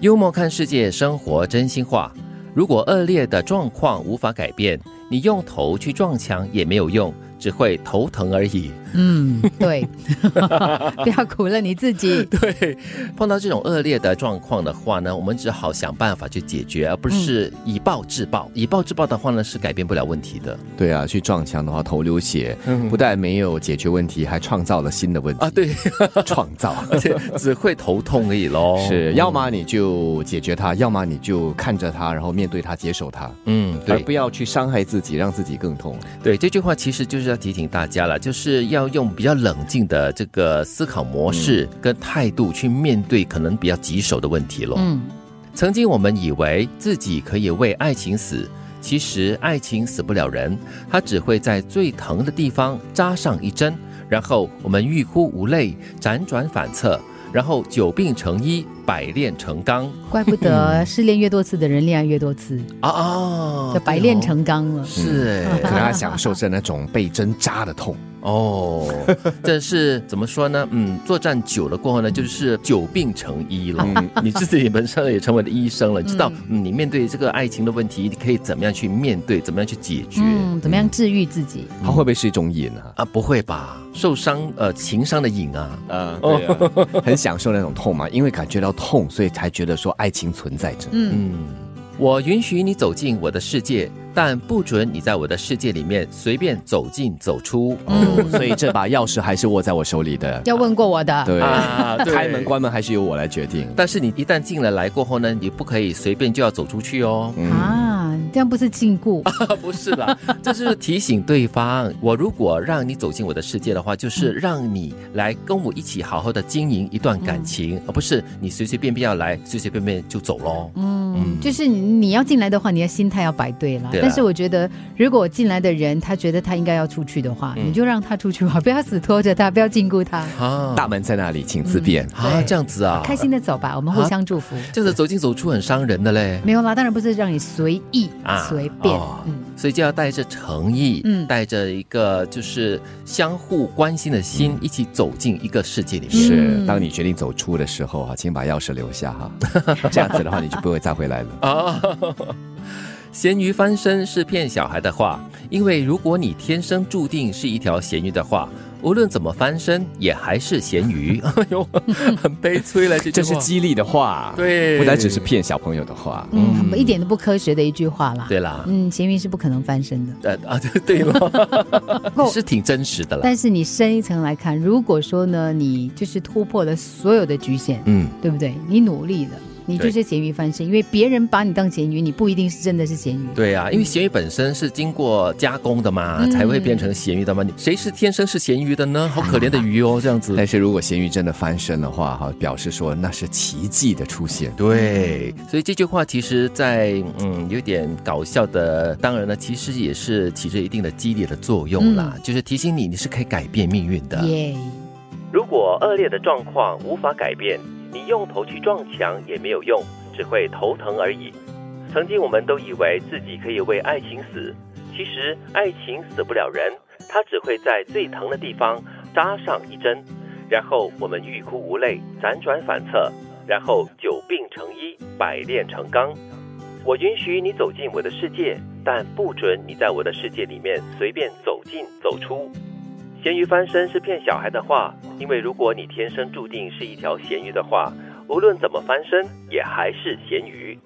幽默看世界，生活真心话。如果恶劣的状况无法改变，你用头去撞墙也没有用，只会头疼而已。 嗯， 对，不要苦了你自己。对，碰到这种恶劣的状况的话呢，我们只好想办法去解决，而不是以暴制暴。以暴制暴的话呢，是改变不了问题的。对啊，去撞墙的话头流血，不但没有解决问题，还创造了新的问题啊， 对，哦创造。而且只会头痛而已喽。是，要么你就解决它，要么你就看着它，然后面对它，接受它，嗯，而对不要去伤害自己，让自己更痛。对，这句话其实就是要提醒大家了，就是要用比较冷静的这个思考模式跟态度去面对可能比较棘手的问题喽。嗯，曾经我们以为自己可以为爱情死，其实爱情死不了人，它只会在最疼的地方扎上一针，然后我们欲哭无泪，辗转反侧，然后久病成医，百炼成钢怪不得失恋越多次的人恋爱越多次，啊啊就百炼成钢了。是可能他享受着那种被针扎的痛。哦，这是怎么说呢？嗯，作战久了过后呢，就是久病成医了。嗯 你自己本身也成为了医生了，你知道、嗯、你面对这个爱情的问题，你可以怎么样去面对，怎么样去解决。嗯，怎么样治愈自己？它会不会是一种瘾啊？啊，不会吧？受伤，呃，情伤的瘾啊，啊，对啊，很享受那种痛嘛，因为感觉到痛，所以才觉得说爱情存在着。嗯，我允许你走进我的世界，但不准你在我的世界里面随便走进走出。嗯哦，所以这把钥匙还是握在我手 里的。要问过我的。对，啊对开门关门还是由我来决定。但是你一旦进了来过后呢，你不可以随便就要走出去哦。啊，这样不是禁锢？啊， 不是啦，这是提醒对方，我如果让你走进我的世界的话，就是让你来跟我一起好好的经营一段感情，而不是你随随便便要来，随随便便就走喽。嗯，就是你你要进来的话，你的心态要摆对了。对啦但是我觉得，如果进来的人他觉得他应该要出去的话，你就让他出去吧， 不要死拖着他，不要禁锢他，啊大门在那里，请自便。啊，这样子啊，开心的啊走吧，我们互相祝福。这样子走进走出很伤人的嘞。没有啦，当然不是让你随意、啊随便。哦嗯，所以就要带着诚意，嗯带着一个就是相互关心的嗯心，一起走进一个世界里面。是，当你决定走出的时候啊，请把钥匙留下哈。这样子的话，你就不会再回来了。啊。 咸鱼翻身是骗小孩的话，因为如果你天生注定是一条咸鱼的话，无论怎么翻身也还是咸鱼。 哎呦，很悲催了，这句这话是激励的话，对不单只是骗小朋友的话。嗯，很不一点都不科学的一句话啦。对啦，嗯，咸鱼是不可能翻身的。呃啊，对对了， 是挺真实的啦。但是你深一层来看，如果说呢，你就是突破了所有的局限，嗯，对不对？你努力了，你就对是咸鱼翻身，因为别人把你当咸鱼，你不一定是真的是咸鱼。对啊，因为咸鱼本身是经过加工的嘛，才会变成咸鱼的嘛。你谁是天生是咸鱼的呢？好可怜的鱼哦，这样子。但是如果咸鱼真的翻身的话，哈，表示说那是奇迹的出现。对，所以这句话其实在，嗯有点搞笑的，当然呢，其实也是起着一定的激励的作用啦，就是提醒你你是可以改变命运的。耶、如果恶劣的状况无法改变，你用头去撞墙也没有用，只会头疼而已。曾经我们都以为自己可以为爱情死，其实爱情死不了人，它只会在最疼的地方扎上一针，然后我们欲哭无泪，辗转反侧，然后久病成医，百炼成钢。我允许你走进我的世界，但不准你在我的世界里面随便走进走出。咸鱼翻身是骗小孩的话，因为如果你天生注定是一条咸鱼的话，无论怎么翻身也还是咸鱼。